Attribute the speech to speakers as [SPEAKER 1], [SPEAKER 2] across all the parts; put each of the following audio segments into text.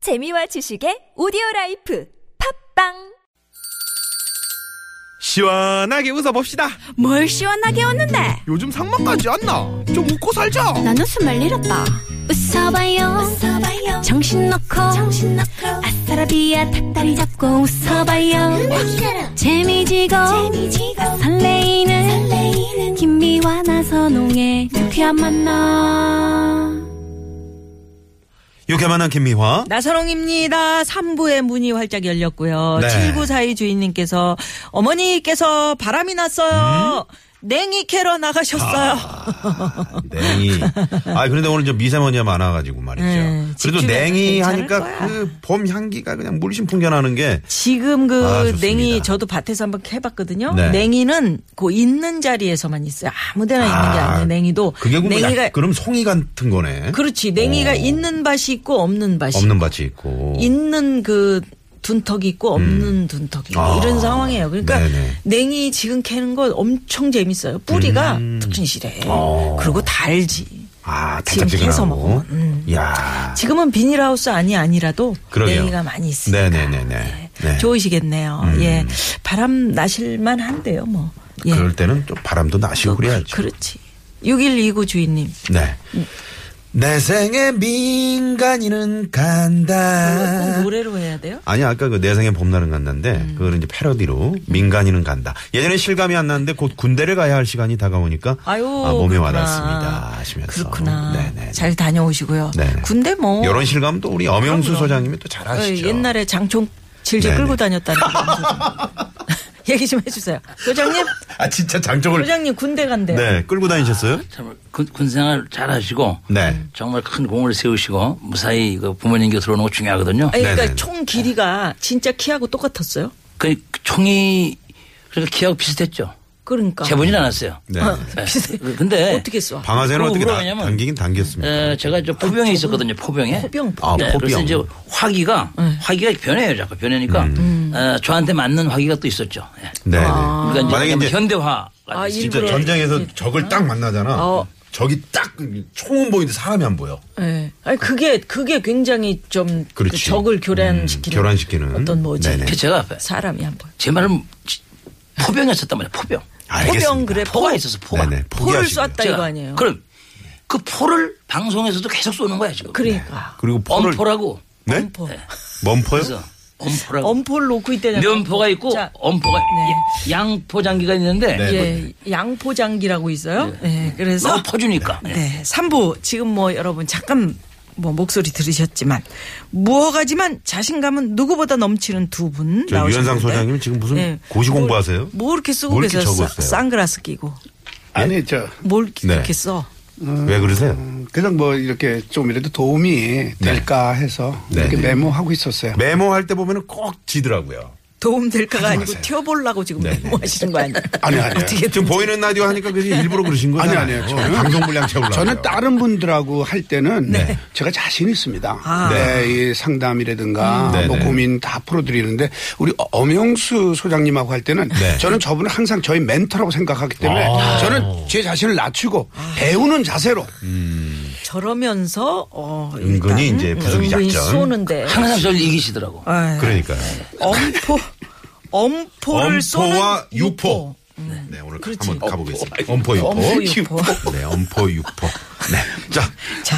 [SPEAKER 1] 재미와 지식의 오디오 라이프 팝빵
[SPEAKER 2] 시원하게 웃어봅시다.
[SPEAKER 3] 뭘 시원하게 웃는데
[SPEAKER 2] 요즘 상만까지 안 나. 좀 웃고 살자.
[SPEAKER 3] 난 웃음을 잃었다 웃어봐요, 정신 놓고 아싸라비아 닭다리 잡고 웃어봐요 재미지고, 설레이는, 김미와 나선홍의 유쾌한 만남
[SPEAKER 4] 유쾌 만한 김미화.
[SPEAKER 5] 나선홍입니다. 3부의 문이 활짝 열렸고요.
[SPEAKER 4] 네.
[SPEAKER 5] 7942 주인님께서 어머니께서 바람이 났어요.
[SPEAKER 4] 음?
[SPEAKER 5] 냉이 캐러 나가셨어요.
[SPEAKER 4] 아. 냉이. 아 그런데 오늘 좀 미세먼지가 많아가지고 말이죠.
[SPEAKER 5] 네,
[SPEAKER 4] 그래도
[SPEAKER 5] 집중해도
[SPEAKER 4] 냉이
[SPEAKER 5] 괜찮을
[SPEAKER 4] 하니까
[SPEAKER 5] 거야.
[SPEAKER 4] 그 봄 향기가 그냥 물씬 풍겨나는 게
[SPEAKER 5] 지금 그
[SPEAKER 4] 아, 좋습니다.
[SPEAKER 5] 냉이 저도 밭에서 한번 해봤거든요.
[SPEAKER 4] 네.
[SPEAKER 5] 냉이는 그 있는 자리에서만 있어요. 아무데나 있는 게
[SPEAKER 4] 아,
[SPEAKER 5] 아니에요. 냉이도
[SPEAKER 4] 그게 뭐
[SPEAKER 5] 냉이가
[SPEAKER 4] 약- 그럼 송이 같은 거네.
[SPEAKER 5] 그렇지. 냉이가
[SPEAKER 4] 어.
[SPEAKER 5] 있는 밭이 있고 없는 밭이
[SPEAKER 4] 없는 밭이 있고.
[SPEAKER 5] 있는 그 둔턱이 있고 없는 둔턱이 있고
[SPEAKER 4] 아.
[SPEAKER 5] 이런 상황이에요. 그러니까
[SPEAKER 4] 네네.
[SPEAKER 5] 냉이 지금 캐는 거 엄청 재밌어요. 뿌리가
[SPEAKER 4] 음.
[SPEAKER 5] 튼실해.
[SPEAKER 4] 어.
[SPEAKER 5] 그리고 달지.
[SPEAKER 4] 아
[SPEAKER 5] 지금 해서
[SPEAKER 4] 달짝지근하고.
[SPEAKER 5] 먹으면. 음.
[SPEAKER 4] 야.
[SPEAKER 5] 지금은 비닐하우스 아니 아니라도
[SPEAKER 4] 그러게요.
[SPEAKER 5] 냉이가 많이 있으니까
[SPEAKER 4] 네네네네. 네.
[SPEAKER 5] 좋으시겠네요.
[SPEAKER 4] 음.
[SPEAKER 5] 예, 바람 나실만 한데요. 뭐. 예.
[SPEAKER 4] 그럴 때는 좀 바람도 나시고 그래야죠.
[SPEAKER 5] 렇지 6129 주인님.
[SPEAKER 4] 네. 내 생에 민간인은 간다.
[SPEAKER 5] 꼭 노래로 해야 돼요?
[SPEAKER 4] 아니 아까 그 내생의 봄날은 간다인데
[SPEAKER 5] 음.
[SPEAKER 4] 그걸 이제 패러디로 민간인은 간다. 예전에 실감이 안 났는데 곧 군대를 가야 할 시간이 다가오니까
[SPEAKER 5] 아유,
[SPEAKER 4] 아, 몸에
[SPEAKER 5] 그렇구나.
[SPEAKER 4] 와닿습니다 하시면서
[SPEAKER 5] 그렇구나.
[SPEAKER 4] 네네.
[SPEAKER 5] 잘 다녀오시고요.
[SPEAKER 4] 네네.
[SPEAKER 5] 군대 뭐
[SPEAKER 4] 이런 실감도 우리 엄영수
[SPEAKER 5] 그럼, 그럼.
[SPEAKER 4] 소장님이 또 잘 아시죠.
[SPEAKER 5] 어, 옛날에 장총 질질
[SPEAKER 4] 네네.
[SPEAKER 5] 끌고 다녔다는 거 얘기 좀 해주세요. 소장님,
[SPEAKER 4] 아 진짜 장정을
[SPEAKER 5] 소장님 군대 간대.
[SPEAKER 4] 네 끌고 다니셨어요?
[SPEAKER 6] 참 군, 군생활 잘 하시고
[SPEAKER 4] 네.
[SPEAKER 6] 정말 큰 공을 세우시고 무사히 그 부모님 곁으로 오는 거 중요하거든요.
[SPEAKER 5] 아니, 그러니까
[SPEAKER 4] 네네네.
[SPEAKER 5] 총 길이가 진짜 키하고 똑같았어요.
[SPEAKER 6] 그 총이 그러니까 키하고 비슷했죠.
[SPEAKER 5] 그러니까
[SPEAKER 6] 재보진 않았어요.
[SPEAKER 4] 네.
[SPEAKER 6] 네. 근데
[SPEAKER 5] 어떻게 쏴?
[SPEAKER 4] 방아쇠는
[SPEAKER 6] 그거
[SPEAKER 4] 어떻게
[SPEAKER 6] 울어,
[SPEAKER 4] 다-
[SPEAKER 6] 왜냐면-
[SPEAKER 4] 당기긴 당겼습니다.
[SPEAKER 5] 네.
[SPEAKER 6] 에, 제가 저 포병에 있었거든요. 포병에.
[SPEAKER 5] 포병. 네.
[SPEAKER 4] 아,
[SPEAKER 6] 네, 그래서
[SPEAKER 4] 포병.
[SPEAKER 6] 이제 화기가 화기가 변해요. 자꾸 변하니까
[SPEAKER 5] 음.
[SPEAKER 6] 어, 저한테 맞는 화기가 또 있었죠. 예.
[SPEAKER 4] 음. 네. 네.
[SPEAKER 6] 그러니까 이제
[SPEAKER 4] 만약에
[SPEAKER 6] 뭐냐면
[SPEAKER 4] 이제
[SPEAKER 6] 현대화가
[SPEAKER 5] 아,
[SPEAKER 6] 됐어요.
[SPEAKER 4] 진짜
[SPEAKER 5] 일부러
[SPEAKER 4] 전쟁에서 적을 딱 만나잖아.
[SPEAKER 5] 어.
[SPEAKER 4] 적이 딱 총은 보이는데 사람이 안 보여.
[SPEAKER 5] 네. 아니 그게 그게 굉장히 좀그
[SPEAKER 4] 그렇지.
[SPEAKER 5] 적을 교란시키는,
[SPEAKER 4] 음, 교란시키는.
[SPEAKER 5] 어떤 뭐지
[SPEAKER 4] 네네.
[SPEAKER 6] 그 제가 앞에
[SPEAKER 5] 사람이 한 번.
[SPEAKER 6] 제 말은 포병에 있었단 말이에요. 포병.
[SPEAKER 4] 알겠습니다.
[SPEAKER 5] 포병 그래 포,
[SPEAKER 6] 포가 있어서 포가.
[SPEAKER 4] 네네.
[SPEAKER 5] 포를
[SPEAKER 4] 포기하시고요.
[SPEAKER 5] 쐈다 이거 아니에요.
[SPEAKER 6] 그럼 그 포를 방송에서도 계속 쏘는 거야 지금.
[SPEAKER 5] 그러니까
[SPEAKER 4] 그리고 포를
[SPEAKER 6] 엄포라고.
[SPEAKER 4] 네?
[SPEAKER 5] 엄포.
[SPEAKER 4] 먼포요?
[SPEAKER 6] 그래서
[SPEAKER 4] 네.
[SPEAKER 6] 엄포라고.
[SPEAKER 5] 엄포를 놓고 있다잖아요.
[SPEAKER 6] 면포가 있고 어,
[SPEAKER 5] 자,
[SPEAKER 6] 엄포가
[SPEAKER 5] 네.
[SPEAKER 6] 예, 양포장기가 있는데
[SPEAKER 4] 네.
[SPEAKER 5] 예, 양포장기라고 있어요. 네. 그래서
[SPEAKER 6] 너무 퍼주니까. 예.
[SPEAKER 5] 네, 3부 지금 뭐 여러분 잠깐 뭐 목소리 들으셨지만 무어가지만 자신감은 누구보다 넘치는 두 분
[SPEAKER 4] 저
[SPEAKER 5] 나오셨는데 네.
[SPEAKER 4] 유현상 소장님 지금 무슨 고시
[SPEAKER 5] 뭘-
[SPEAKER 4] 공부하세요?
[SPEAKER 5] 뭐 이렇게 쓰고
[SPEAKER 4] 뭘 이렇게
[SPEAKER 5] 계세요?
[SPEAKER 4] 적었어요?
[SPEAKER 5] 사- 선글라스 끼고
[SPEAKER 4] 예.
[SPEAKER 7] 아니 저
[SPEAKER 5] 뭘
[SPEAKER 4] 네.
[SPEAKER 5] 이렇게 써?
[SPEAKER 4] 왜 그러세요?
[SPEAKER 7] 그냥 뭐 이렇게 좀이라도 도움이 될까 해서
[SPEAKER 4] 네,
[SPEAKER 7] 이렇게
[SPEAKER 4] 네.
[SPEAKER 7] 메모하고 있었어요.
[SPEAKER 4] 메모할 때 보면은 꼭 지더라고요.
[SPEAKER 5] 도움 될까가 아니고 튀어보려고 지금 뭐
[SPEAKER 4] 네, 네.
[SPEAKER 5] 메모하시는 거 아니에요?
[SPEAKER 7] 아니 아니.
[SPEAKER 5] 어떻게
[SPEAKER 4] 지금 보이는 라디오 하니까 그게 일부러 그러신 거예요?
[SPEAKER 7] 아니 아니요. 저는
[SPEAKER 4] 방송 분량 채우려고.
[SPEAKER 7] 저는 다른 분들하고 할 때는
[SPEAKER 4] 네.
[SPEAKER 7] 제가 자신 있습니다.
[SPEAKER 5] 아.
[SPEAKER 7] 네, 이 상담이라든가
[SPEAKER 4] 음.
[SPEAKER 7] 뭐
[SPEAKER 4] 네네.
[SPEAKER 7] 고민 다 풀어드리는데 우리 어- 엄영수 소장님하고 할 때는
[SPEAKER 4] 네.
[SPEAKER 7] 저는 저분을 항상 저희 멘토라고 생각하기 때문에
[SPEAKER 4] 아.
[SPEAKER 7] 저는 제 자신을 낮추고 배우는 자세로
[SPEAKER 5] 저러면서 어,
[SPEAKER 4] 은근히
[SPEAKER 5] 일단
[SPEAKER 4] 이제 부수기
[SPEAKER 5] 은근히
[SPEAKER 4] 작전.
[SPEAKER 5] 쏘는데
[SPEAKER 6] 항상 저를 이기시더라고.
[SPEAKER 5] 아유,
[SPEAKER 4] 그러니까
[SPEAKER 5] 엄포
[SPEAKER 4] 엄포와
[SPEAKER 5] 엄포를 쏘는
[SPEAKER 4] 유포. 네 오늘
[SPEAKER 5] 그렇지.
[SPEAKER 4] 한번 가보겠습니다. 엄포 유포.
[SPEAKER 5] 엄포 유포.
[SPEAKER 4] 네 엄포 유포. 네. 자,
[SPEAKER 5] 자,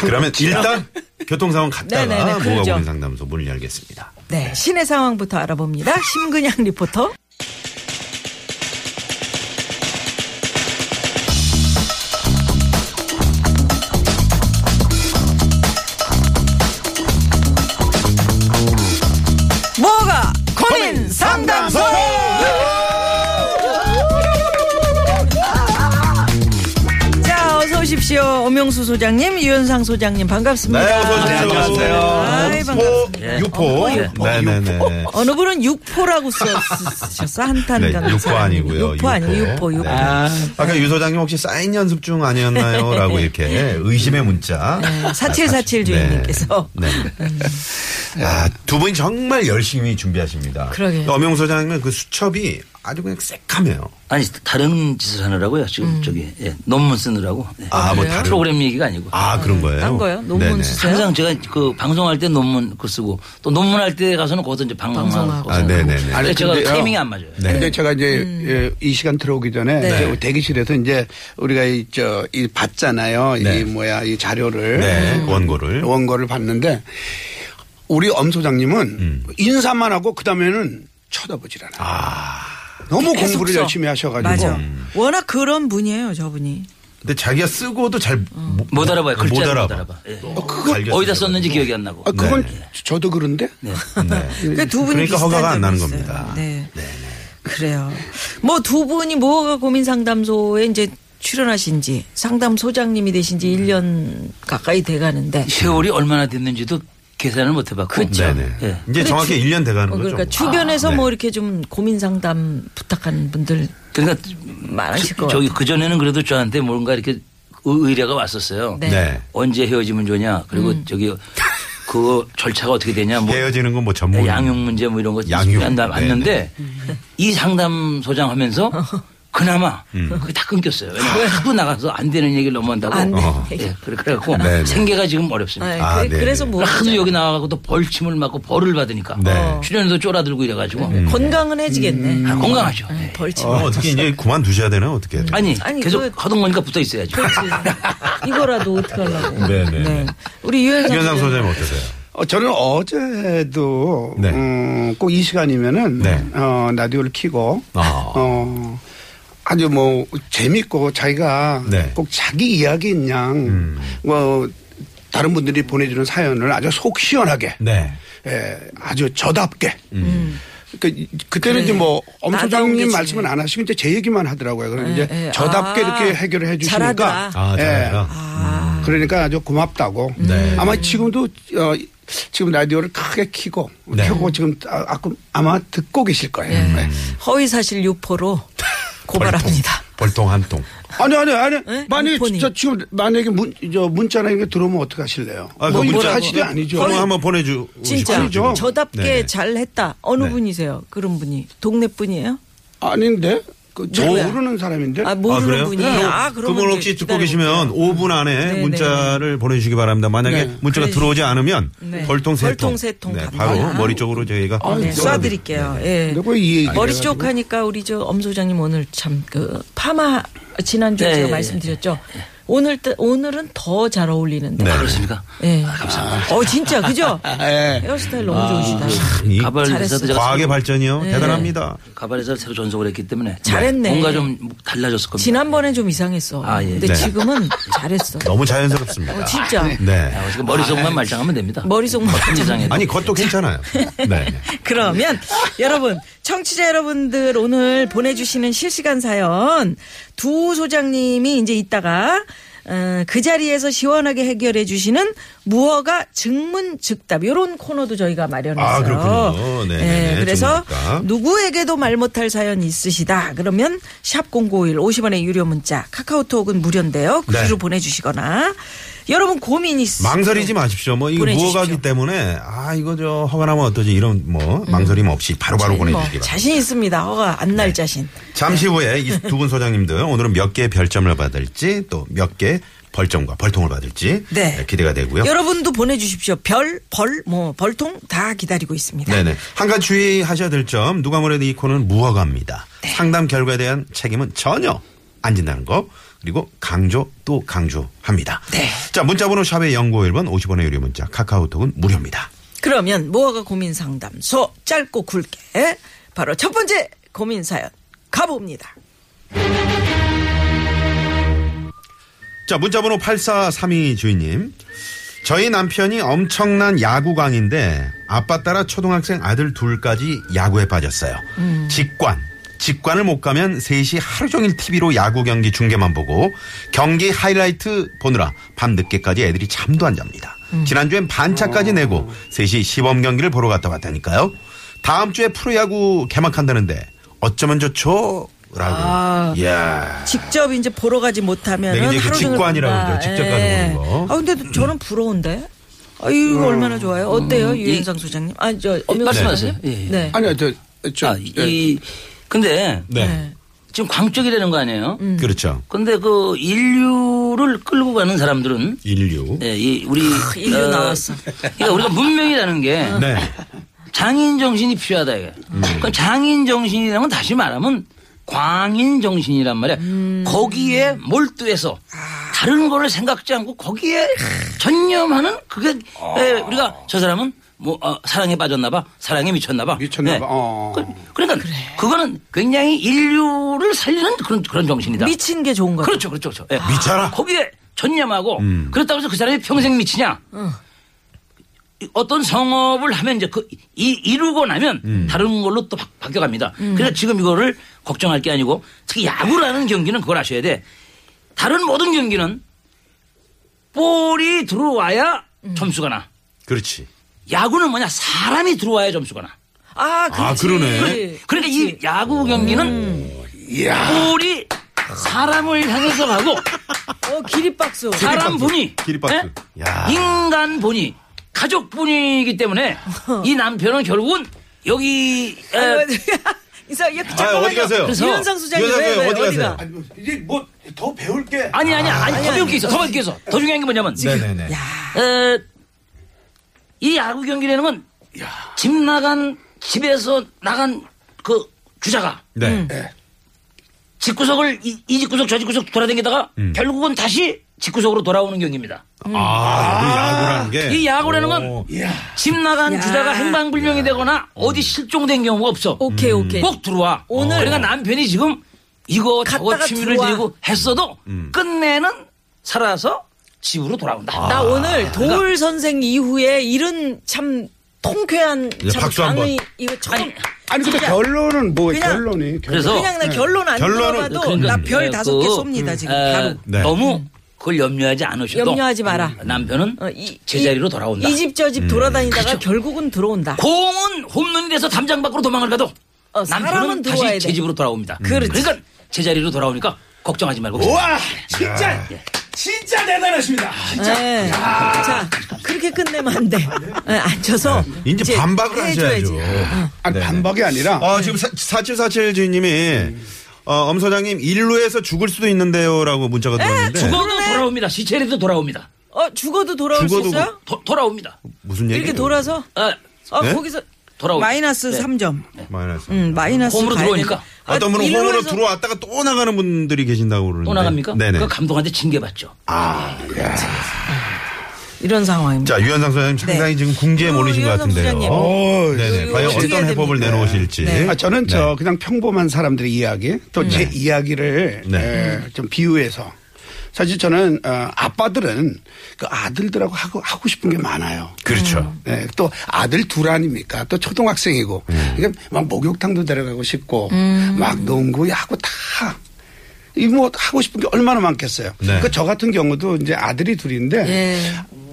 [SPEAKER 4] 그러면 일단 교통 상황
[SPEAKER 5] 네네네,
[SPEAKER 4] 갔다가
[SPEAKER 5] 그러죠.
[SPEAKER 4] 뭐가 고민 상담소 문을 열겠습니다.
[SPEAKER 5] 네, 시내 상황부터 알아봅니다. 심근양 리포터. 뭐가 고민 상담소! 자, 어서 오십시오. 엄영수 소장님, 유현상 소장님 반갑습니다.
[SPEAKER 4] 네, 어서 오십시오.
[SPEAKER 6] 네, 안녕하세요.
[SPEAKER 5] 아이,
[SPEAKER 4] 엄포
[SPEAKER 5] 반갑습니다.
[SPEAKER 4] 유포.
[SPEAKER 5] 유포.
[SPEAKER 4] 네네네.
[SPEAKER 5] 어느 분은 육포라고 써- 쓰셨어
[SPEAKER 4] 네,
[SPEAKER 5] 한탄가
[SPEAKER 4] 육포 아니고요.
[SPEAKER 5] 육포 아니고 육포 육포
[SPEAKER 4] 네. 아까 유 소장님 혹시 사인 연습 중 아니었나요? 라고 이렇게 의심의 문자.
[SPEAKER 5] 네. 사칠사칠
[SPEAKER 4] 네.
[SPEAKER 5] 주인님께서
[SPEAKER 4] 네. 아, 두 분이 정말 열심히 준비하십니다.
[SPEAKER 5] 그러게요.
[SPEAKER 4] 엄영 소장님은 그 수첩이 아주 그냥 새카매요.
[SPEAKER 6] 아니 다른 짓을 하느라고요. 지금
[SPEAKER 5] 음.
[SPEAKER 6] 저기 예, 논문 쓰느라고. 예.
[SPEAKER 4] 아, 뭐 다른-
[SPEAKER 6] 프로그램 얘기가 아니고.
[SPEAKER 4] 아, 그런 거예요?
[SPEAKER 5] 딴 거예요? 논문
[SPEAKER 4] 네네.
[SPEAKER 5] 쓰세요?
[SPEAKER 6] 항상 제가 그 방송할 때 논문 그 쓰고 또 논문할 때 가서는 거기서 이제 방송하고.
[SPEAKER 5] 방송하고.
[SPEAKER 4] 아, 네네네.
[SPEAKER 6] 아니, 제가
[SPEAKER 7] 근데요.
[SPEAKER 6] 타이밍이 안 맞아요. 음.
[SPEAKER 4] 네.
[SPEAKER 7] 근데 제가 이제 예, 이 시간 들어오기 전에
[SPEAKER 5] 네.
[SPEAKER 7] 이제 대기실에서 이제 우리가 이 저 이 봤잖아요.
[SPEAKER 4] 네.
[SPEAKER 7] 이 뭐야 이 자료를 음.
[SPEAKER 4] 네, 원고를.
[SPEAKER 7] 원고를 봤는데 우리 엄 소장님은
[SPEAKER 4] 음.
[SPEAKER 7] 인사만 하고 그 다음에는 쳐다보질 않아. 요 너무
[SPEAKER 5] 계속
[SPEAKER 7] 공부를
[SPEAKER 5] 써.
[SPEAKER 7] 열심히 하셔가지고
[SPEAKER 5] 맞아.
[SPEAKER 4] 음.
[SPEAKER 5] 워낙 그런 분이에요, 저분이.
[SPEAKER 4] 근데 자기가 쓰고도 잘
[SPEAKER 5] 음.
[SPEAKER 4] 못,
[SPEAKER 6] 못 알아봐요. 글자를 못
[SPEAKER 4] 알아봐.
[SPEAKER 6] 알아봐. 예.
[SPEAKER 4] 너무
[SPEAKER 7] 그거
[SPEAKER 4] 갈겨서
[SPEAKER 6] 어디다 썼는지 기억이 안 나고.
[SPEAKER 7] 아, 그건 저도 그런데
[SPEAKER 6] 네.
[SPEAKER 4] 네.
[SPEAKER 5] 그두 분이
[SPEAKER 4] 그러니까
[SPEAKER 5] 비슷한
[SPEAKER 4] 허가가 안
[SPEAKER 5] 점이
[SPEAKER 4] 나는
[SPEAKER 5] 있어요.
[SPEAKER 4] 겁니다.
[SPEAKER 5] 네. 그래요. 뭐 두 분이 무허가 고민 상담소에 이제 출연하신지 상담 소장님이 되신지 1년 가까이 돼 가는데
[SPEAKER 6] 세월이 얼마나 됐는지도 계산을 못 해봤고.
[SPEAKER 5] 그쵸.
[SPEAKER 4] 네네.
[SPEAKER 6] 예.
[SPEAKER 4] 이제 정확히
[SPEAKER 5] 주-
[SPEAKER 4] 1년 돼가는
[SPEAKER 5] 어,
[SPEAKER 4] 거죠.
[SPEAKER 5] 그러니까 주변에서
[SPEAKER 4] 아,
[SPEAKER 5] 뭐
[SPEAKER 4] 네.
[SPEAKER 5] 이렇게 좀 고민 상담 부탁하는 분들
[SPEAKER 6] 그러니까
[SPEAKER 5] 많으실
[SPEAKER 6] 저-
[SPEAKER 5] 것
[SPEAKER 6] 저기 그 전에는 그래도 저한테 뭔가 이렇게 의- 의뢰가 왔었어요.
[SPEAKER 5] 네. 음.
[SPEAKER 4] 네.
[SPEAKER 6] 언제 헤어지면 좋냐. 그리고 저기 그 절차가 어떻게 되냐. 뭐
[SPEAKER 4] 헤어지는 건 뭐 전문.
[SPEAKER 5] 네,
[SPEAKER 6] 양육 문제 뭐 이런 거
[SPEAKER 4] 양육. 네,
[SPEAKER 6] 안 왔는데 이 상담 소장하면서
[SPEAKER 5] 어.
[SPEAKER 6] 그나마
[SPEAKER 4] 음.
[SPEAKER 6] 그게 다 끊겼어요. 왜냐면 하도 나가서 안 되는 얘기를 너무 한다고.
[SPEAKER 5] 안 되는
[SPEAKER 4] 어.
[SPEAKER 6] 예, 그래 그래갖고
[SPEAKER 4] 네, 네.
[SPEAKER 6] 생계가 지금 어렵습니다.
[SPEAKER 5] 네,
[SPEAKER 4] 아,
[SPEAKER 5] 그래-
[SPEAKER 4] 네네.
[SPEAKER 5] 그래서 뭐
[SPEAKER 6] 하도 여기 나가고 또 벌침을 맞고 벌을 받으니까
[SPEAKER 4] 네.
[SPEAKER 6] 출연도 쫄아들고 이래가지고
[SPEAKER 5] 건강은 해지겠네.
[SPEAKER 6] 아, 건강하죠. 예.
[SPEAKER 5] 벌침.
[SPEAKER 4] 음. 어, 어떻게 이제 그만두셔야 되나 어떻게 해야 되나.
[SPEAKER 6] 아니,
[SPEAKER 5] 뭐 아니,
[SPEAKER 6] 계속
[SPEAKER 5] 그-
[SPEAKER 6] 허둥거니까 붙어 있어야죠.
[SPEAKER 5] 이거라도 어떻게 하려고.
[SPEAKER 4] 네네.
[SPEAKER 5] 우리 유현상
[SPEAKER 4] 유현상
[SPEAKER 5] 소장님.
[SPEAKER 4] 소장님 어떠세요?
[SPEAKER 7] 어, 저는 어제도 음,
[SPEAKER 4] 네.
[SPEAKER 7] 꼭 이 시간이면은
[SPEAKER 4] 네.
[SPEAKER 7] 어, 라디오를 켜고
[SPEAKER 4] 아.
[SPEAKER 7] 어, 아주 뭐 재밌고 자기가
[SPEAKER 4] 네. 음.
[SPEAKER 7] 꼭 자기 이야기인 양 뭐, 다른 분들이 보내주는 사연을 아주 속 시원하게
[SPEAKER 4] 네.
[SPEAKER 7] 예, 아주 저답게.
[SPEAKER 4] 음.
[SPEAKER 7] 그, 그때는 이제 뭐,
[SPEAKER 5] 나도 온
[SPEAKER 7] 엄소장님
[SPEAKER 5] 게
[SPEAKER 7] 말씀은 안 하시고 이제 제 얘기만 하더라고요. 그럼 이제
[SPEAKER 5] 예.
[SPEAKER 7] 저답게
[SPEAKER 5] 아,
[SPEAKER 7] 이렇게 해결을 해 주시니까.
[SPEAKER 5] 잘하더라.
[SPEAKER 4] 아,
[SPEAKER 7] 예.
[SPEAKER 4] 잘하더라. 음.
[SPEAKER 5] 아,
[SPEAKER 7] 그러니까 아주 고맙다고.
[SPEAKER 4] 네.
[SPEAKER 7] 아마 지금도 어, 지금 라디오를 크게 켜고
[SPEAKER 4] 네.
[SPEAKER 7] 켜고 지금 아, 아까 아마 듣고 계실 거예요.
[SPEAKER 4] 음,
[SPEAKER 7] 네.
[SPEAKER 5] 허위 사실 유포로
[SPEAKER 4] 어,
[SPEAKER 5] 고발합니다.
[SPEAKER 4] 벌통 한 통.
[SPEAKER 7] 아니 아니 아니
[SPEAKER 5] 네?
[SPEAKER 7] 만약에
[SPEAKER 5] 폰이.
[SPEAKER 7] 진짜 지금 만약에 문, 저 문자나 이런 게 들어오면 어떡 하실래요?
[SPEAKER 4] 아,
[SPEAKER 7] 뭐
[SPEAKER 4] 그
[SPEAKER 7] 이거
[SPEAKER 4] 문자
[SPEAKER 7] 사실이 아니죠.
[SPEAKER 4] 번호 한번 보내주.
[SPEAKER 5] 진짜
[SPEAKER 7] 아니죠.
[SPEAKER 5] 저답게
[SPEAKER 4] 네네.
[SPEAKER 5] 잘했다. 어느
[SPEAKER 4] 네.
[SPEAKER 5] 분이세요? 그런 분이 동네 분이에요?
[SPEAKER 7] 아닌데 그, 저
[SPEAKER 5] 누구야?
[SPEAKER 7] 모르는 사람인데
[SPEAKER 5] 아
[SPEAKER 4] 아,
[SPEAKER 5] 모르는
[SPEAKER 4] 그래요?
[SPEAKER 5] 분이에요. 아
[SPEAKER 4] 그
[SPEAKER 5] 그러면
[SPEAKER 4] 분
[SPEAKER 5] 이제
[SPEAKER 4] 혹시 듣고
[SPEAKER 5] 기다려볼게요.
[SPEAKER 4] 계시면 5분 안에
[SPEAKER 5] 네,
[SPEAKER 4] 문자를 보내주시기 바랍니다. 만약에
[SPEAKER 7] 네.
[SPEAKER 4] 문자가
[SPEAKER 5] 그래.
[SPEAKER 4] 들어오지 않으면
[SPEAKER 5] 네.
[SPEAKER 4] 벌통 세통.
[SPEAKER 5] 벌통 세통
[SPEAKER 4] 네,
[SPEAKER 5] 갑니다. 아.
[SPEAKER 4] 바로 머리 쪽으로 저희가
[SPEAKER 5] 네, 쏴드릴게요. 예.
[SPEAKER 7] 근데 뭐그 왜이 얘기를
[SPEAKER 5] 머리
[SPEAKER 7] 해가지고?
[SPEAKER 5] 쪽 하니까 우리 저 엄 소장님 오늘 참 그 파마 지난주에
[SPEAKER 6] 네,
[SPEAKER 5] 제가
[SPEAKER 6] 네,
[SPEAKER 5] 말씀드렸죠. 오늘 따- 오늘은 더 잘 어울리는데.
[SPEAKER 4] 네.
[SPEAKER 6] 아, 그렇습니까?
[SPEAKER 5] 예.
[SPEAKER 6] 감사합니다.
[SPEAKER 5] 어 진짜 그죠?
[SPEAKER 7] 예.
[SPEAKER 5] 헤어스타일 너무
[SPEAKER 6] 아, 예.
[SPEAKER 5] 좋으시다.
[SPEAKER 4] 이
[SPEAKER 6] 가발 회사도 제가
[SPEAKER 4] 과학의
[SPEAKER 6] 새로-
[SPEAKER 4] 발전이요.
[SPEAKER 5] 네.
[SPEAKER 4] 대단합니다.
[SPEAKER 6] 가발 회사를 새로 전속을 했기 때문에
[SPEAKER 5] 잘했네.
[SPEAKER 6] 뭔가 좀 달라졌을 겁니다.
[SPEAKER 5] 지난번에 좀 이상했어.
[SPEAKER 6] 아, 예.
[SPEAKER 5] 근데
[SPEAKER 4] 네.
[SPEAKER 5] 지금은 잘했어.
[SPEAKER 4] 너무 자연스럽습니다.
[SPEAKER 5] 어, 진짜.
[SPEAKER 4] 네.
[SPEAKER 6] 아, 지금 머릿속만 말짱하면 됩니다.
[SPEAKER 5] 머릿속만
[SPEAKER 6] 겉은 이상해도.
[SPEAKER 4] 아니, 그것도 괜찮아요. 네.
[SPEAKER 5] 그러면 여러분 청취자 여러분들 오늘 보내주시는 실시간 사연 두 소장님이 이제 이따가 어, 그 자리에서 시원하게 해결해 주시는 무허가 증문즉답 요런 코너도 저희가 마련했어요.
[SPEAKER 4] 아, 그렇군요. 네, 네, 네.
[SPEAKER 5] 그래서
[SPEAKER 4] 증문즉답.
[SPEAKER 5] 누구에게도 말 못할 사연 있으시다 그러면 샵 #051 50원의 유료 문자 카카오톡은 무료인데요.
[SPEAKER 4] 네.
[SPEAKER 5] 글로 보내주시거나 여러분 고민 있으
[SPEAKER 4] 망설이지 마십시오. 뭐, 이거
[SPEAKER 5] 보내주십시오.
[SPEAKER 4] 무어가기 때문에, 아, 이거 저, 허가나면 어떠지? 이런, 뭐, 망설임 없이 바로바로 보내주시기
[SPEAKER 5] 음.
[SPEAKER 4] 바랍니다. 네.
[SPEAKER 5] 뭐, 자신 있습니다. 허가 안 날 자신.
[SPEAKER 4] 잠시 후에 이 두 분 소장님들 오늘은 몇 개의 별점을 받을지 또 몇 개의 벌점과 벌통을 받을지
[SPEAKER 5] 네.
[SPEAKER 4] 네, 기대가 되고요.
[SPEAKER 5] 여러분도 보내주십시오. 별, 벌, 뭐 벌통 다 기다리고 있습니다.
[SPEAKER 4] 네네. 한 가지 주의하셔야 될 점, 누가 뭐래도 이 코너는 무허가입니다.
[SPEAKER 5] 네.
[SPEAKER 4] 상담 결과에 대한 책임은 전혀 안 진다는 거. 그리고 강조 또 강조합니다.
[SPEAKER 5] 네.
[SPEAKER 4] 자, 문자번호 샵의 0951번 50원의 유료 문자, 카카오톡은 무료입니다.
[SPEAKER 5] 그러면 무허가 고민 상담소 짧고 굵게 바로 첫 번째 고민 사연 가봅니다.
[SPEAKER 4] 자, 문자번호 8432 주인님. 저희 남편이 엄청난 야구광인데 아빠 따라 초등학생 아들 둘까지 야구에 빠졌어요. 직관. 직관을 못 가면 셋이 하루 종일 TV로 야구 경기 중계만 보고 경기 하이라이트 보느라 밤 늦게까지 애들이 잠도 안 잡니다. 지난주엔 반차까지 내고 셋이 시범 경기를 보러 갔다 왔다니까요. 다음 주에 프로야구 개막한다는데 어쩌면 좋죠? 라고. 예. 이야.
[SPEAKER 5] 직접 이제 보러 가지 못하면
[SPEAKER 4] 네, 이제 그 직관이라고 그러죠. 직접 가서 보는 거.
[SPEAKER 5] 아 근데 저는 부러운데. 아유 얼마나 좋아요. 어때요
[SPEAKER 6] 음,
[SPEAKER 5] 유현상 소장님? 아저
[SPEAKER 6] 어, 말씀하세요. 예, 예.
[SPEAKER 5] 네.
[SPEAKER 7] 아니요, 저, 저
[SPEAKER 6] 아, 이 근데
[SPEAKER 4] 네.
[SPEAKER 6] 지금 광적이라는 거 아니에요?
[SPEAKER 5] 음.
[SPEAKER 4] 그렇죠.
[SPEAKER 6] 근데 그 인류를 끌고 가는 사람들은
[SPEAKER 4] 인류.
[SPEAKER 6] 예, 이 우리
[SPEAKER 5] 인류 나왔어.
[SPEAKER 6] 그러니까 우리가 문명이라는 게
[SPEAKER 4] 네.
[SPEAKER 6] 장인 정신이 필요하다 이게.
[SPEAKER 7] 음.
[SPEAKER 6] 그러니까 장인 정신이라는 건 다시 말하면 광인 정신이란 말이야. 거기에 몰두해서 다른 거를 생각지 않고 거기에 전념하는 그게 예,
[SPEAKER 7] 아.
[SPEAKER 6] 우리가 저 사람은 뭐 어, 사랑에 빠졌나 봐. 사랑에 미쳤나 봐.
[SPEAKER 7] 미쳤나
[SPEAKER 4] 네.
[SPEAKER 6] 예.
[SPEAKER 7] 봐. 어.
[SPEAKER 6] 그, 러니까그거는 굉장히 인류를 살리는 그런 그런 정신이다.
[SPEAKER 5] 미친 게 좋은 거야.
[SPEAKER 6] 그렇죠, 그렇죠. 그렇죠. 예.
[SPEAKER 4] 어. 미쳐라. 음.
[SPEAKER 6] 거기에 전념하고 그렇다고 해서 그 사람이 평생 미치냐? 이- 어떤 성업을 하면 이제 그 이, 이루고 나면
[SPEAKER 4] 음.
[SPEAKER 6] 다른 걸로 또 바, 뀌어갑니다 그래서 지금 이거를 걱정할 게 아니고 특히 야구라는 경기는 그걸 아셔야 돼. 다른 모든 경기는 볼이 들어와야 점수가 나.
[SPEAKER 4] 그렇지.
[SPEAKER 6] 야구는 뭐냐 사람이 들어와야 점수가 나.
[SPEAKER 5] 아, 그렇지.
[SPEAKER 4] 아,
[SPEAKER 5] 예,
[SPEAKER 4] 그러네.
[SPEAKER 6] 그러니까 이 야구 경기는 볼이 사람을 향해서 가고
[SPEAKER 5] 어, 기립박수.
[SPEAKER 6] 사람 분이
[SPEAKER 4] 기립박수.
[SPEAKER 6] 예?
[SPEAKER 4] 야.
[SPEAKER 6] 인간 분이 가족 분이기 때문에 이 남편은 결국은 여기 에,
[SPEAKER 5] 이상 이렇게
[SPEAKER 4] 아, 어디 가세요?
[SPEAKER 5] 유현상 수장이
[SPEAKER 4] 유현상
[SPEAKER 5] 왜,
[SPEAKER 4] 소장님,
[SPEAKER 5] 왜
[SPEAKER 4] 어디 가세요?
[SPEAKER 5] 어디가?
[SPEAKER 7] 이제 뭐 더 배울 게
[SPEAKER 6] 아니 아니 아니 더 배울 게 있어 더 배울 게 있어 더 중요한 게 뭐냐면
[SPEAKER 4] 네네네.
[SPEAKER 6] 에, 이 야구 경기라는 건 집 나간 집에서 나간 그 주자가
[SPEAKER 4] 네.
[SPEAKER 5] 음.
[SPEAKER 7] 예,
[SPEAKER 6] 집구석을 이, 이 집구석 저 집구석 돌아다니다가 결국은 다시 집구석으로 돌아오는 경기입니다.
[SPEAKER 5] 음.
[SPEAKER 4] 아, 여기 야구라는 게.
[SPEAKER 6] 이 야구라는 건
[SPEAKER 4] 오.
[SPEAKER 6] 집 나간
[SPEAKER 5] 야.
[SPEAKER 6] 주자가 행방불명이 되거나 어디 실종된 경우가 없어.
[SPEAKER 5] 오케이, 네. 오케이.
[SPEAKER 6] 꼭 들어와. 오늘 그러니까 남편이 지금 이거 저거
[SPEAKER 5] 갔다가
[SPEAKER 6] 취미를
[SPEAKER 5] 들어와.
[SPEAKER 6] 들이고 했어도 끝내는 살아서 집으로 돌아온다. 그러니까
[SPEAKER 5] 나 오늘 도울 선생 이후에 이런 참 통쾌한
[SPEAKER 4] 이제 예,
[SPEAKER 5] 참
[SPEAKER 4] 박수 한 번.
[SPEAKER 5] 강의 이거 처음
[SPEAKER 6] 아니,
[SPEAKER 7] 아니 근데
[SPEAKER 5] 진짜.
[SPEAKER 7] 결론은 뭐
[SPEAKER 5] 그냥-
[SPEAKER 7] 결론이
[SPEAKER 6] 그래서
[SPEAKER 5] 그냥 나 결론 안
[SPEAKER 4] 결론은-
[SPEAKER 5] 들어봐도
[SPEAKER 6] 그러니까
[SPEAKER 5] 나 별
[SPEAKER 6] 그,
[SPEAKER 5] 다섯 개
[SPEAKER 6] 그,
[SPEAKER 5] 쏩니다 지금
[SPEAKER 6] 에,
[SPEAKER 5] 바로 음.
[SPEAKER 4] 네.
[SPEAKER 6] 너무 그걸 염려하지 않으셔도 음,
[SPEAKER 5] 염려하지 마라.
[SPEAKER 6] 남편은
[SPEAKER 5] 어, 이-
[SPEAKER 6] 제자리로
[SPEAKER 5] 이-
[SPEAKER 6] 돌아온다.
[SPEAKER 5] 이 집 저
[SPEAKER 4] 음.
[SPEAKER 5] 집 돌아다니다가
[SPEAKER 6] 그렇죠.
[SPEAKER 5] 결국은 들어온다.
[SPEAKER 6] 공은 홈런이 돼서 담장 밖으로 도망을 가도
[SPEAKER 5] 어,
[SPEAKER 6] 남편은
[SPEAKER 5] 사람은
[SPEAKER 6] 다시
[SPEAKER 5] 들어와야
[SPEAKER 6] 제
[SPEAKER 5] 돼. 음.
[SPEAKER 6] 집으로 돌아옵니다. 그러니까 제자리로 돌아오니까 걱정하지 말고.
[SPEAKER 7] 와 진짜
[SPEAKER 4] 아.
[SPEAKER 7] 진짜 대단하십니다.
[SPEAKER 5] 예. 자 그렇게 끝내면 안 돼. 예, 앉아서
[SPEAKER 4] 네. 이제, 반박을
[SPEAKER 5] 해줘야지. 어.
[SPEAKER 4] 하셔야죠.
[SPEAKER 7] 아니
[SPEAKER 4] 네,
[SPEAKER 7] 반박이 아니라
[SPEAKER 4] 아, 지금 사, 4747 주인님이 어, 엄 소장님 일루에서 죽을 수도 있는데요라고 문자가
[SPEAKER 5] 아,
[SPEAKER 4] 들어왔는데
[SPEAKER 6] 죽어도 돌아옵니다. 시체라도 돌아옵니다.
[SPEAKER 5] 어 죽어도 돌아올
[SPEAKER 4] 죽어도
[SPEAKER 5] 수 있어요?
[SPEAKER 6] 도- 돌아옵니다.
[SPEAKER 4] 무슨 얘기?
[SPEAKER 5] 이렇게 돌아서
[SPEAKER 6] 아,
[SPEAKER 5] 어
[SPEAKER 4] 네?
[SPEAKER 5] 거기서
[SPEAKER 6] 돌아옵니다.
[SPEAKER 5] 마이너스
[SPEAKER 6] 네.
[SPEAKER 5] 삼 3점.
[SPEAKER 4] 마이너스.
[SPEAKER 5] 음 마이너스
[SPEAKER 6] 홈으로
[SPEAKER 5] 가야
[SPEAKER 6] 들어오니까.
[SPEAKER 5] 되는데. 아,
[SPEAKER 4] 어떤 분은
[SPEAKER 5] 일루에서-
[SPEAKER 4] 홈으로 들어왔다가 또 나가는 분들이 계신다고 그러는데.
[SPEAKER 6] 또 나갑니까?
[SPEAKER 4] 네네. 아,
[SPEAKER 6] 그 감독한테 징계받죠.
[SPEAKER 5] 이런 상황입니다.
[SPEAKER 4] 자, 유현상 소장님 상당히
[SPEAKER 5] 네.
[SPEAKER 4] 지금 궁지에
[SPEAKER 5] 어,
[SPEAKER 4] 몰리신 것
[SPEAKER 5] 유현상 소장님.
[SPEAKER 4] 같은데요.
[SPEAKER 7] 어,
[SPEAKER 4] 네네.
[SPEAKER 5] 이거
[SPEAKER 4] 과연
[SPEAKER 5] 어떻게
[SPEAKER 4] 어떤
[SPEAKER 5] 해야
[SPEAKER 4] 해법을
[SPEAKER 5] 됩니까?
[SPEAKER 4] 내놓으실지.
[SPEAKER 5] 네.
[SPEAKER 7] 아, 저는 저 그냥 평범한 사람들의 이야기 또 제 이야기를
[SPEAKER 4] 네.
[SPEAKER 7] 에, 좀 비유해서 사실 저는 어, 아빠들은 그 아들들하고 하고 하고 싶은 게 많아요.
[SPEAKER 4] 그렇죠.
[SPEAKER 7] 네, 또 아들 둘 아닙니까? 또 초등학생이고 그러니까 막 목욕탕도 데려가고 싶고 막 농구 야구 다. 이 뭐 하고 싶은 게 얼마나 많겠어요.
[SPEAKER 4] 네.
[SPEAKER 7] 그 저 같은 경우도 이제 아들이 둘인데
[SPEAKER 5] 예.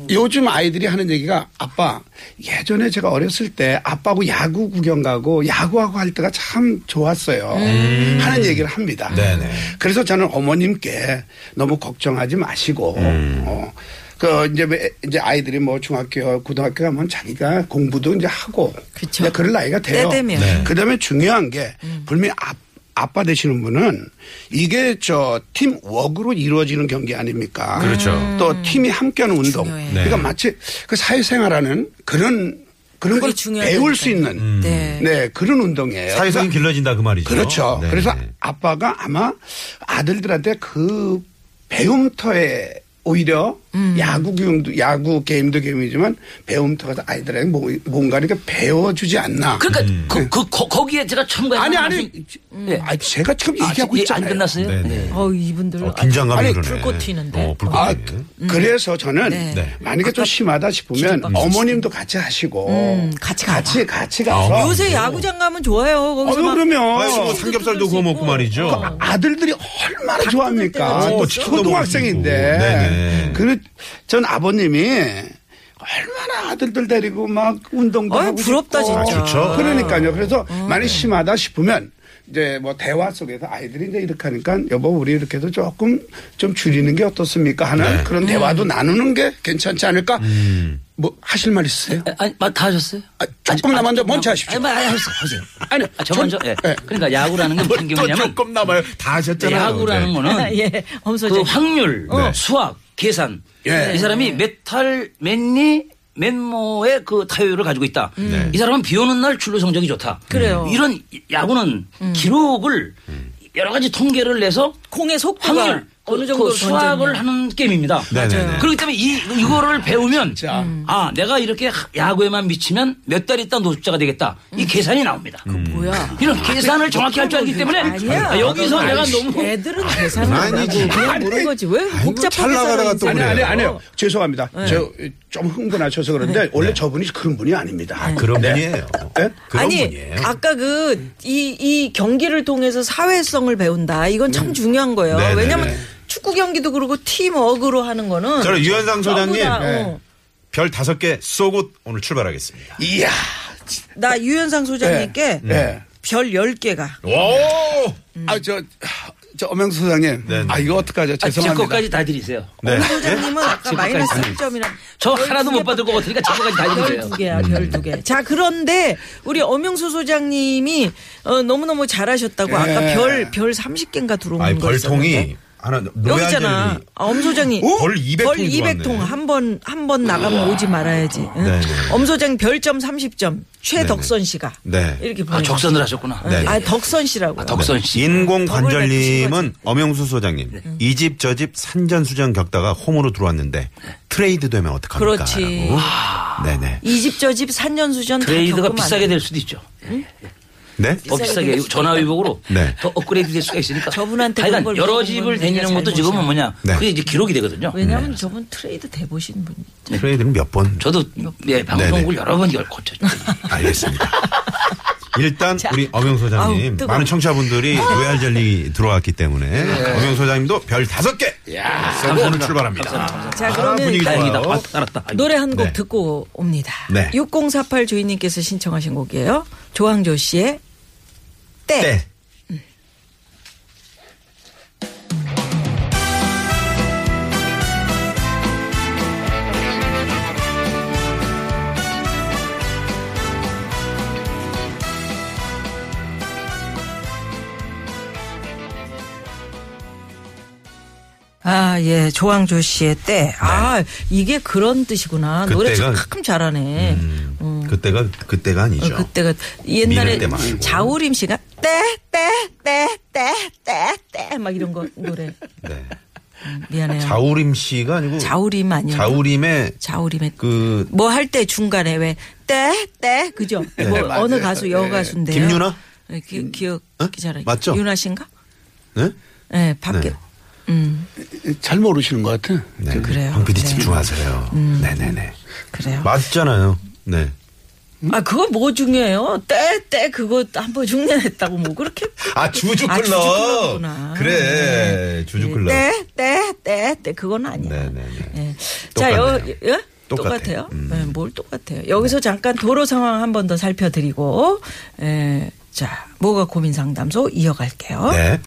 [SPEAKER 7] 요즘 아이들이 하는 얘기가 아빠 예전에 제가 어렸을 때 아빠하고 야구 구경 가고 야구하고 할 때가 참 좋았어요. 하는 얘기를 합니다.
[SPEAKER 4] 음. 네네.
[SPEAKER 7] 그래서 저는 어머님께 너무 걱정하지 마시고
[SPEAKER 4] 음.
[SPEAKER 7] 어, 그 이제 왜- 이제 아이들이 뭐 중학교 고등학교 가면 자기가 공부도 이제 하고
[SPEAKER 5] 그쵸.
[SPEAKER 7] 이제 그럴 나이가 돼요.
[SPEAKER 5] 때 되면.
[SPEAKER 4] 네.
[SPEAKER 7] 그다음에 중요한 게 분명히 아, 아빠 되시는 분은 이게 저 팀워크로 이루어지는 경기 아닙니까?
[SPEAKER 4] 그렇죠.
[SPEAKER 5] 음.
[SPEAKER 7] 또 팀이 함께하는 운동.
[SPEAKER 5] 중요해요.
[SPEAKER 4] 네.
[SPEAKER 7] 그러니까 마치 그 사회생활하는 그런 그런 걸
[SPEAKER 5] 그게 중요하다니까요.
[SPEAKER 7] 배울 수 있는
[SPEAKER 5] 네.
[SPEAKER 7] 네 그런 운동이에요.
[SPEAKER 4] 사회성이 길러진다 그 말이죠.
[SPEAKER 7] 그렇죠.
[SPEAKER 4] 네.
[SPEAKER 7] 그래서 아빠가 아마 아들들한테 그 배움터에 오히려 야구 교육도 야구 게임도 게임이지만 배움터가 아이들에게 뭐- 뭔가 이렇게 배워주지 않나.
[SPEAKER 6] 그러니까
[SPEAKER 4] 음.
[SPEAKER 6] 그, 그 거, 기에 제가 첨가해
[SPEAKER 7] 아니 아니.
[SPEAKER 6] 말씀-
[SPEAKER 7] 음. 아니, 제가 지금
[SPEAKER 6] 아,
[SPEAKER 7] 얘기하고
[SPEAKER 6] 예, 안
[SPEAKER 7] 있잖아요.
[SPEAKER 6] 끝났어요?
[SPEAKER 4] 네, 네.
[SPEAKER 6] 네.
[SPEAKER 5] 어 이분들
[SPEAKER 4] 어, 긴장감이
[SPEAKER 7] 아니,
[SPEAKER 4] 그러네.
[SPEAKER 5] 불꽃 튀는데.
[SPEAKER 4] 어, 불꽃
[SPEAKER 7] 아,
[SPEAKER 4] 튀네.
[SPEAKER 7] 그래서 저는
[SPEAKER 4] 네.
[SPEAKER 7] 만약에 좀 심하다 싶으면 어머님도 같이 하시고
[SPEAKER 5] 음, 같이 가봐.
[SPEAKER 7] 같이 같이 가서
[SPEAKER 5] 요새 야구장 가면 좋아요. 거기서
[SPEAKER 7] 아유
[SPEAKER 5] 막
[SPEAKER 7] 그러면
[SPEAKER 4] 아이고, 뭐 삼겹살도 구워 먹고 말이죠.
[SPEAKER 7] 그 아들들이 얼마나 좋아합니까?
[SPEAKER 5] 때가
[SPEAKER 7] 또
[SPEAKER 4] 있어.
[SPEAKER 7] 초등학생인데.
[SPEAKER 4] 네네.
[SPEAKER 7] 그래, 전 아버님이 얼마나 아들들 데리고 막 운동도
[SPEAKER 5] 어이,
[SPEAKER 7] 하고
[SPEAKER 5] 부럽다,
[SPEAKER 7] 싶고.
[SPEAKER 5] 진짜. 어.
[SPEAKER 4] 아, 좋죠.
[SPEAKER 7] 그러니까요. 그래서 많이 심하다 싶으면 이제 뭐 대화 속에서 아이들이 이제 이렇게 하니까 여보 우리 이렇게 해서 조금 좀 줄이는 게 어떻습니까 하는
[SPEAKER 5] 음.
[SPEAKER 7] 그런 대화도 나누는 게 괜찮지 않을까 뭐 하실 말 있으세요?
[SPEAKER 6] 아니, 마- 다 하셨어요?
[SPEAKER 7] 아, 조금
[SPEAKER 6] 아직-
[SPEAKER 7] 남았는데
[SPEAKER 6] 아직-
[SPEAKER 7] 먼저 하십시오.
[SPEAKER 6] 아니, 아니, 하세요. 하세요.
[SPEAKER 7] 아니,
[SPEAKER 6] 아, 저
[SPEAKER 7] 전-
[SPEAKER 6] 먼저, 예.
[SPEAKER 7] 예.
[SPEAKER 6] 그러니까 야구라는 건 무슨
[SPEAKER 4] 또
[SPEAKER 6] 경우냐면,
[SPEAKER 4] 조금 남아요. 다 하셨잖아요.
[SPEAKER 6] 야구라는
[SPEAKER 4] 네.
[SPEAKER 6] 거는,
[SPEAKER 5] 예, 엄소재.
[SPEAKER 6] 그 확률,
[SPEAKER 4] 네.
[SPEAKER 6] 수학, 계산.
[SPEAKER 7] 어. 예.
[SPEAKER 6] 이 사람이 메탈, 맨니, 맨모의 그 타율을 가지고 있다.
[SPEAKER 7] 음.
[SPEAKER 4] 네.
[SPEAKER 6] 이 사람은 비 오는 날 출루 성적이 좋다.
[SPEAKER 5] 그래요.
[SPEAKER 6] 이런 야구는
[SPEAKER 7] 음.
[SPEAKER 6] 기록을
[SPEAKER 4] 음.
[SPEAKER 6] 여러 가지 통계를 내서
[SPEAKER 5] 공의 속도가
[SPEAKER 6] 확률,
[SPEAKER 5] 어느
[SPEAKER 6] 그-
[SPEAKER 5] 정도
[SPEAKER 6] 그 수학을 하는 게임입니다.
[SPEAKER 4] 네네네. 맞아요.
[SPEAKER 6] 그렇기 때문에 이, 이거를 배우면
[SPEAKER 7] 진짜.
[SPEAKER 6] 아 내가 이렇게 하- 야구에만 미치면 몇 달 있다 노숙자가 되겠다. 이 계산이 나옵니다.
[SPEAKER 4] 음.
[SPEAKER 5] 뭐야?
[SPEAKER 6] 이런 계산을 정확히 할 줄 알기 때문에
[SPEAKER 5] 아니야.
[SPEAKER 6] 아, 여기서 내가 너무
[SPEAKER 5] 애들은 계산을 안 하고
[SPEAKER 4] 아니지.
[SPEAKER 5] 그냥 모르는 거지. 왜
[SPEAKER 4] 아이고,
[SPEAKER 5] 복잡하게
[SPEAKER 4] 잘 나가다가 또
[SPEAKER 7] 아니
[SPEAKER 4] 그래요. 네.
[SPEAKER 7] 아니 아니요 죄송합니다. 저 좀 흥분하셔서 그런데 원래 저분이 그런 분이 아닙니다.
[SPEAKER 4] 아, 그런 분이에요.
[SPEAKER 7] 네?
[SPEAKER 4] 그런
[SPEAKER 5] 아니
[SPEAKER 4] 분이에요.
[SPEAKER 5] 아까 그 이 이 경기를 통해서 사회성을 배운다. 이건 참 중요한 거예요.
[SPEAKER 4] 음. 네네네.
[SPEAKER 5] 왜냐면 축구 경기도 그렇고 팀워크로 하는 거는
[SPEAKER 4] 저는 유현상 소장님
[SPEAKER 5] 너무 다,
[SPEAKER 4] 네.
[SPEAKER 5] 어.
[SPEAKER 4] 별 다섯 개 쏘고 오늘 출발하겠습니다.
[SPEAKER 7] 이야.
[SPEAKER 5] 나 유현상 소장님께
[SPEAKER 7] 예.
[SPEAKER 4] 네.
[SPEAKER 7] 예.
[SPEAKER 5] 별 10개가
[SPEAKER 4] 오!
[SPEAKER 7] 아 저 저 엄영수 소장님.
[SPEAKER 4] 네,
[SPEAKER 7] 아
[SPEAKER 4] 네.
[SPEAKER 7] 이거 어떡하죠?
[SPEAKER 6] 아, 제
[SPEAKER 7] 죄송합니다.
[SPEAKER 6] 것까지 다 드리세요.
[SPEAKER 4] 네.
[SPEAKER 5] 소장님은 아까
[SPEAKER 6] 지금까지
[SPEAKER 5] 마이너스
[SPEAKER 6] 아니.
[SPEAKER 5] 1점이랑
[SPEAKER 6] 저 하나도 못 받을 것 같으니까 제 것까지 다 드리세요.
[SPEAKER 5] 12개야,
[SPEAKER 4] 음.
[SPEAKER 5] 12개. 자, 그런데 우리 엄영수 소장님이 어, 너무너무 잘하셨다고 아까
[SPEAKER 7] 예.
[SPEAKER 5] 별, 별 30개인가 들어온
[SPEAKER 4] 네. 아니,
[SPEAKER 5] 거 있었는데.
[SPEAKER 4] 벌통이 하나
[SPEAKER 5] 여기
[SPEAKER 4] 노야젤이
[SPEAKER 5] 있잖아. 아, 엄 소장이
[SPEAKER 4] 오? 벌 200
[SPEAKER 5] 벌
[SPEAKER 4] 통
[SPEAKER 5] 200 통,
[SPEAKER 4] 들어왔네.
[SPEAKER 5] 한 번, 한 번 나가면 오지 말아야지. 응?
[SPEAKER 4] 네네.
[SPEAKER 5] 엄 소장 별점 30점, 최덕선 씨가.
[SPEAKER 4] 네.
[SPEAKER 5] 이렇게 보내
[SPEAKER 6] 아, 적선을 하셨구나.
[SPEAKER 4] 네.
[SPEAKER 5] 아, 덕선 씨라고.
[SPEAKER 6] 아, 덕선 씨.
[SPEAKER 5] 더블
[SPEAKER 4] 인공관절님은
[SPEAKER 5] 음.
[SPEAKER 4] 엄영수 소장님
[SPEAKER 5] 네.
[SPEAKER 4] 이 집 저 집 산전수전 겪다가 홈으로 들어왔는데 트레이드 되면 어떡합니까?
[SPEAKER 5] 네. 그렇지. 아.
[SPEAKER 4] 라고. 네네.
[SPEAKER 5] 이 집 저 집 산년수전 다
[SPEAKER 6] 트레이드가
[SPEAKER 5] 겪으면 안
[SPEAKER 6] 비싸게
[SPEAKER 5] 돼.
[SPEAKER 6] 될 수도 있죠.
[SPEAKER 4] 네?
[SPEAKER 6] 더 비싸게 전화위복으로
[SPEAKER 4] 네.
[SPEAKER 6] 더 업그레이드 될 수가 있으니까.
[SPEAKER 5] 저분한테
[SPEAKER 6] 하여간
[SPEAKER 5] 그걸
[SPEAKER 6] 여러
[SPEAKER 5] 물어본
[SPEAKER 6] 집을
[SPEAKER 5] 분이야,
[SPEAKER 6] 다니는 것도
[SPEAKER 5] 잘못이야.
[SPEAKER 6] 지금은 뭐냐.
[SPEAKER 4] 네.
[SPEAKER 6] 그게 이제 기록이 되거든요.
[SPEAKER 5] 왜냐면 저분 트레이드 돼보신 분이.
[SPEAKER 4] 트레이드는 몇 번?
[SPEAKER 6] 저도 예, 방송국을 여러 번 열- 고쳤죠.
[SPEAKER 4] 알겠습니다. 일단 우리 엄영 소장님
[SPEAKER 5] 아우, 뜨거워.
[SPEAKER 4] 많은 청취자분들이 로얄젤리 들어왔기 때문에 엄영 소장님도 별 다섯 개 쏘고 오늘 출발합니다.
[SPEAKER 5] 자,
[SPEAKER 4] 아,
[SPEAKER 5] 그러면
[SPEAKER 4] 분위기 좋아요.
[SPEAKER 6] 다행이다. 아, 알았다. 아이고.
[SPEAKER 5] 노래 한 곡
[SPEAKER 4] 네.
[SPEAKER 5] 듣고 옵니다.
[SPEAKER 4] 네.
[SPEAKER 5] 6048 주인님께서 신청하신 곡이에요. 조항조 씨의 때.
[SPEAKER 4] 때.
[SPEAKER 5] 아, 예. 조항조 씨의 때. 아, 이게 그런 뜻이구나.
[SPEAKER 4] 네.
[SPEAKER 5] 노래
[SPEAKER 4] 그때가-
[SPEAKER 5] 참 잘하네.
[SPEAKER 4] 그때가 그때가
[SPEAKER 5] 어,
[SPEAKER 4] 아니죠.
[SPEAKER 5] 그때가
[SPEAKER 4] 미래
[SPEAKER 5] 옛날에
[SPEAKER 4] 때 말고.
[SPEAKER 5] 자우림 씨가 때, 때, 때, 때, 때, 때. 막 이런 거 노래. 음,
[SPEAKER 4] 네.
[SPEAKER 5] 미안해요.
[SPEAKER 4] 자우림 씨가 아니고
[SPEAKER 5] 자우림 아니요.
[SPEAKER 4] 자우림의
[SPEAKER 5] 자우림의
[SPEAKER 4] 그
[SPEAKER 5] 뭐 할 때 중간에 왜 때, 때, 그죠? 뭐
[SPEAKER 7] 네, 맞아요.
[SPEAKER 5] 어느 가수, 여가수인데요.
[SPEAKER 4] 김유나?
[SPEAKER 5] 네, 기, 기억,
[SPEAKER 4] 어?
[SPEAKER 5] 기자라.
[SPEAKER 4] 맞죠?
[SPEAKER 5] 유나 씨인가?
[SPEAKER 4] 네?
[SPEAKER 5] 네, 밖에.
[SPEAKER 4] 네.
[SPEAKER 7] 잘 모르시는 것 같아.
[SPEAKER 4] 네.
[SPEAKER 5] 그래요.
[SPEAKER 4] 황 PD
[SPEAKER 5] 네. 음.
[SPEAKER 4] 집중하세요. 네네네.
[SPEAKER 5] 그래요.
[SPEAKER 4] 맞잖아요. 네.
[SPEAKER 5] 아, 그거 뭐 중요해요? 때, 때, 그거 한 번 흉내냈다고 뭐 그렇게.
[SPEAKER 4] 아 주주
[SPEAKER 5] 아, 주주
[SPEAKER 4] 클럽.
[SPEAKER 5] 클럽이구나. 네.
[SPEAKER 4] 그래 주주 클럽.
[SPEAKER 5] 때, 때, 때, 때, 그건 아니야.
[SPEAKER 4] 네네네.
[SPEAKER 5] 예. 자, 여,
[SPEAKER 4] 똑같네요.
[SPEAKER 5] 예?
[SPEAKER 4] 똑같아요.
[SPEAKER 5] 똑같아요.
[SPEAKER 4] 음.
[SPEAKER 5] 예, 뭘 똑같아요. 여기서 잠깐 도로 상황 한 번 더 살펴드리고, 예, 자, 뭐가 고민 상담소 이어갈게요.
[SPEAKER 4] 네.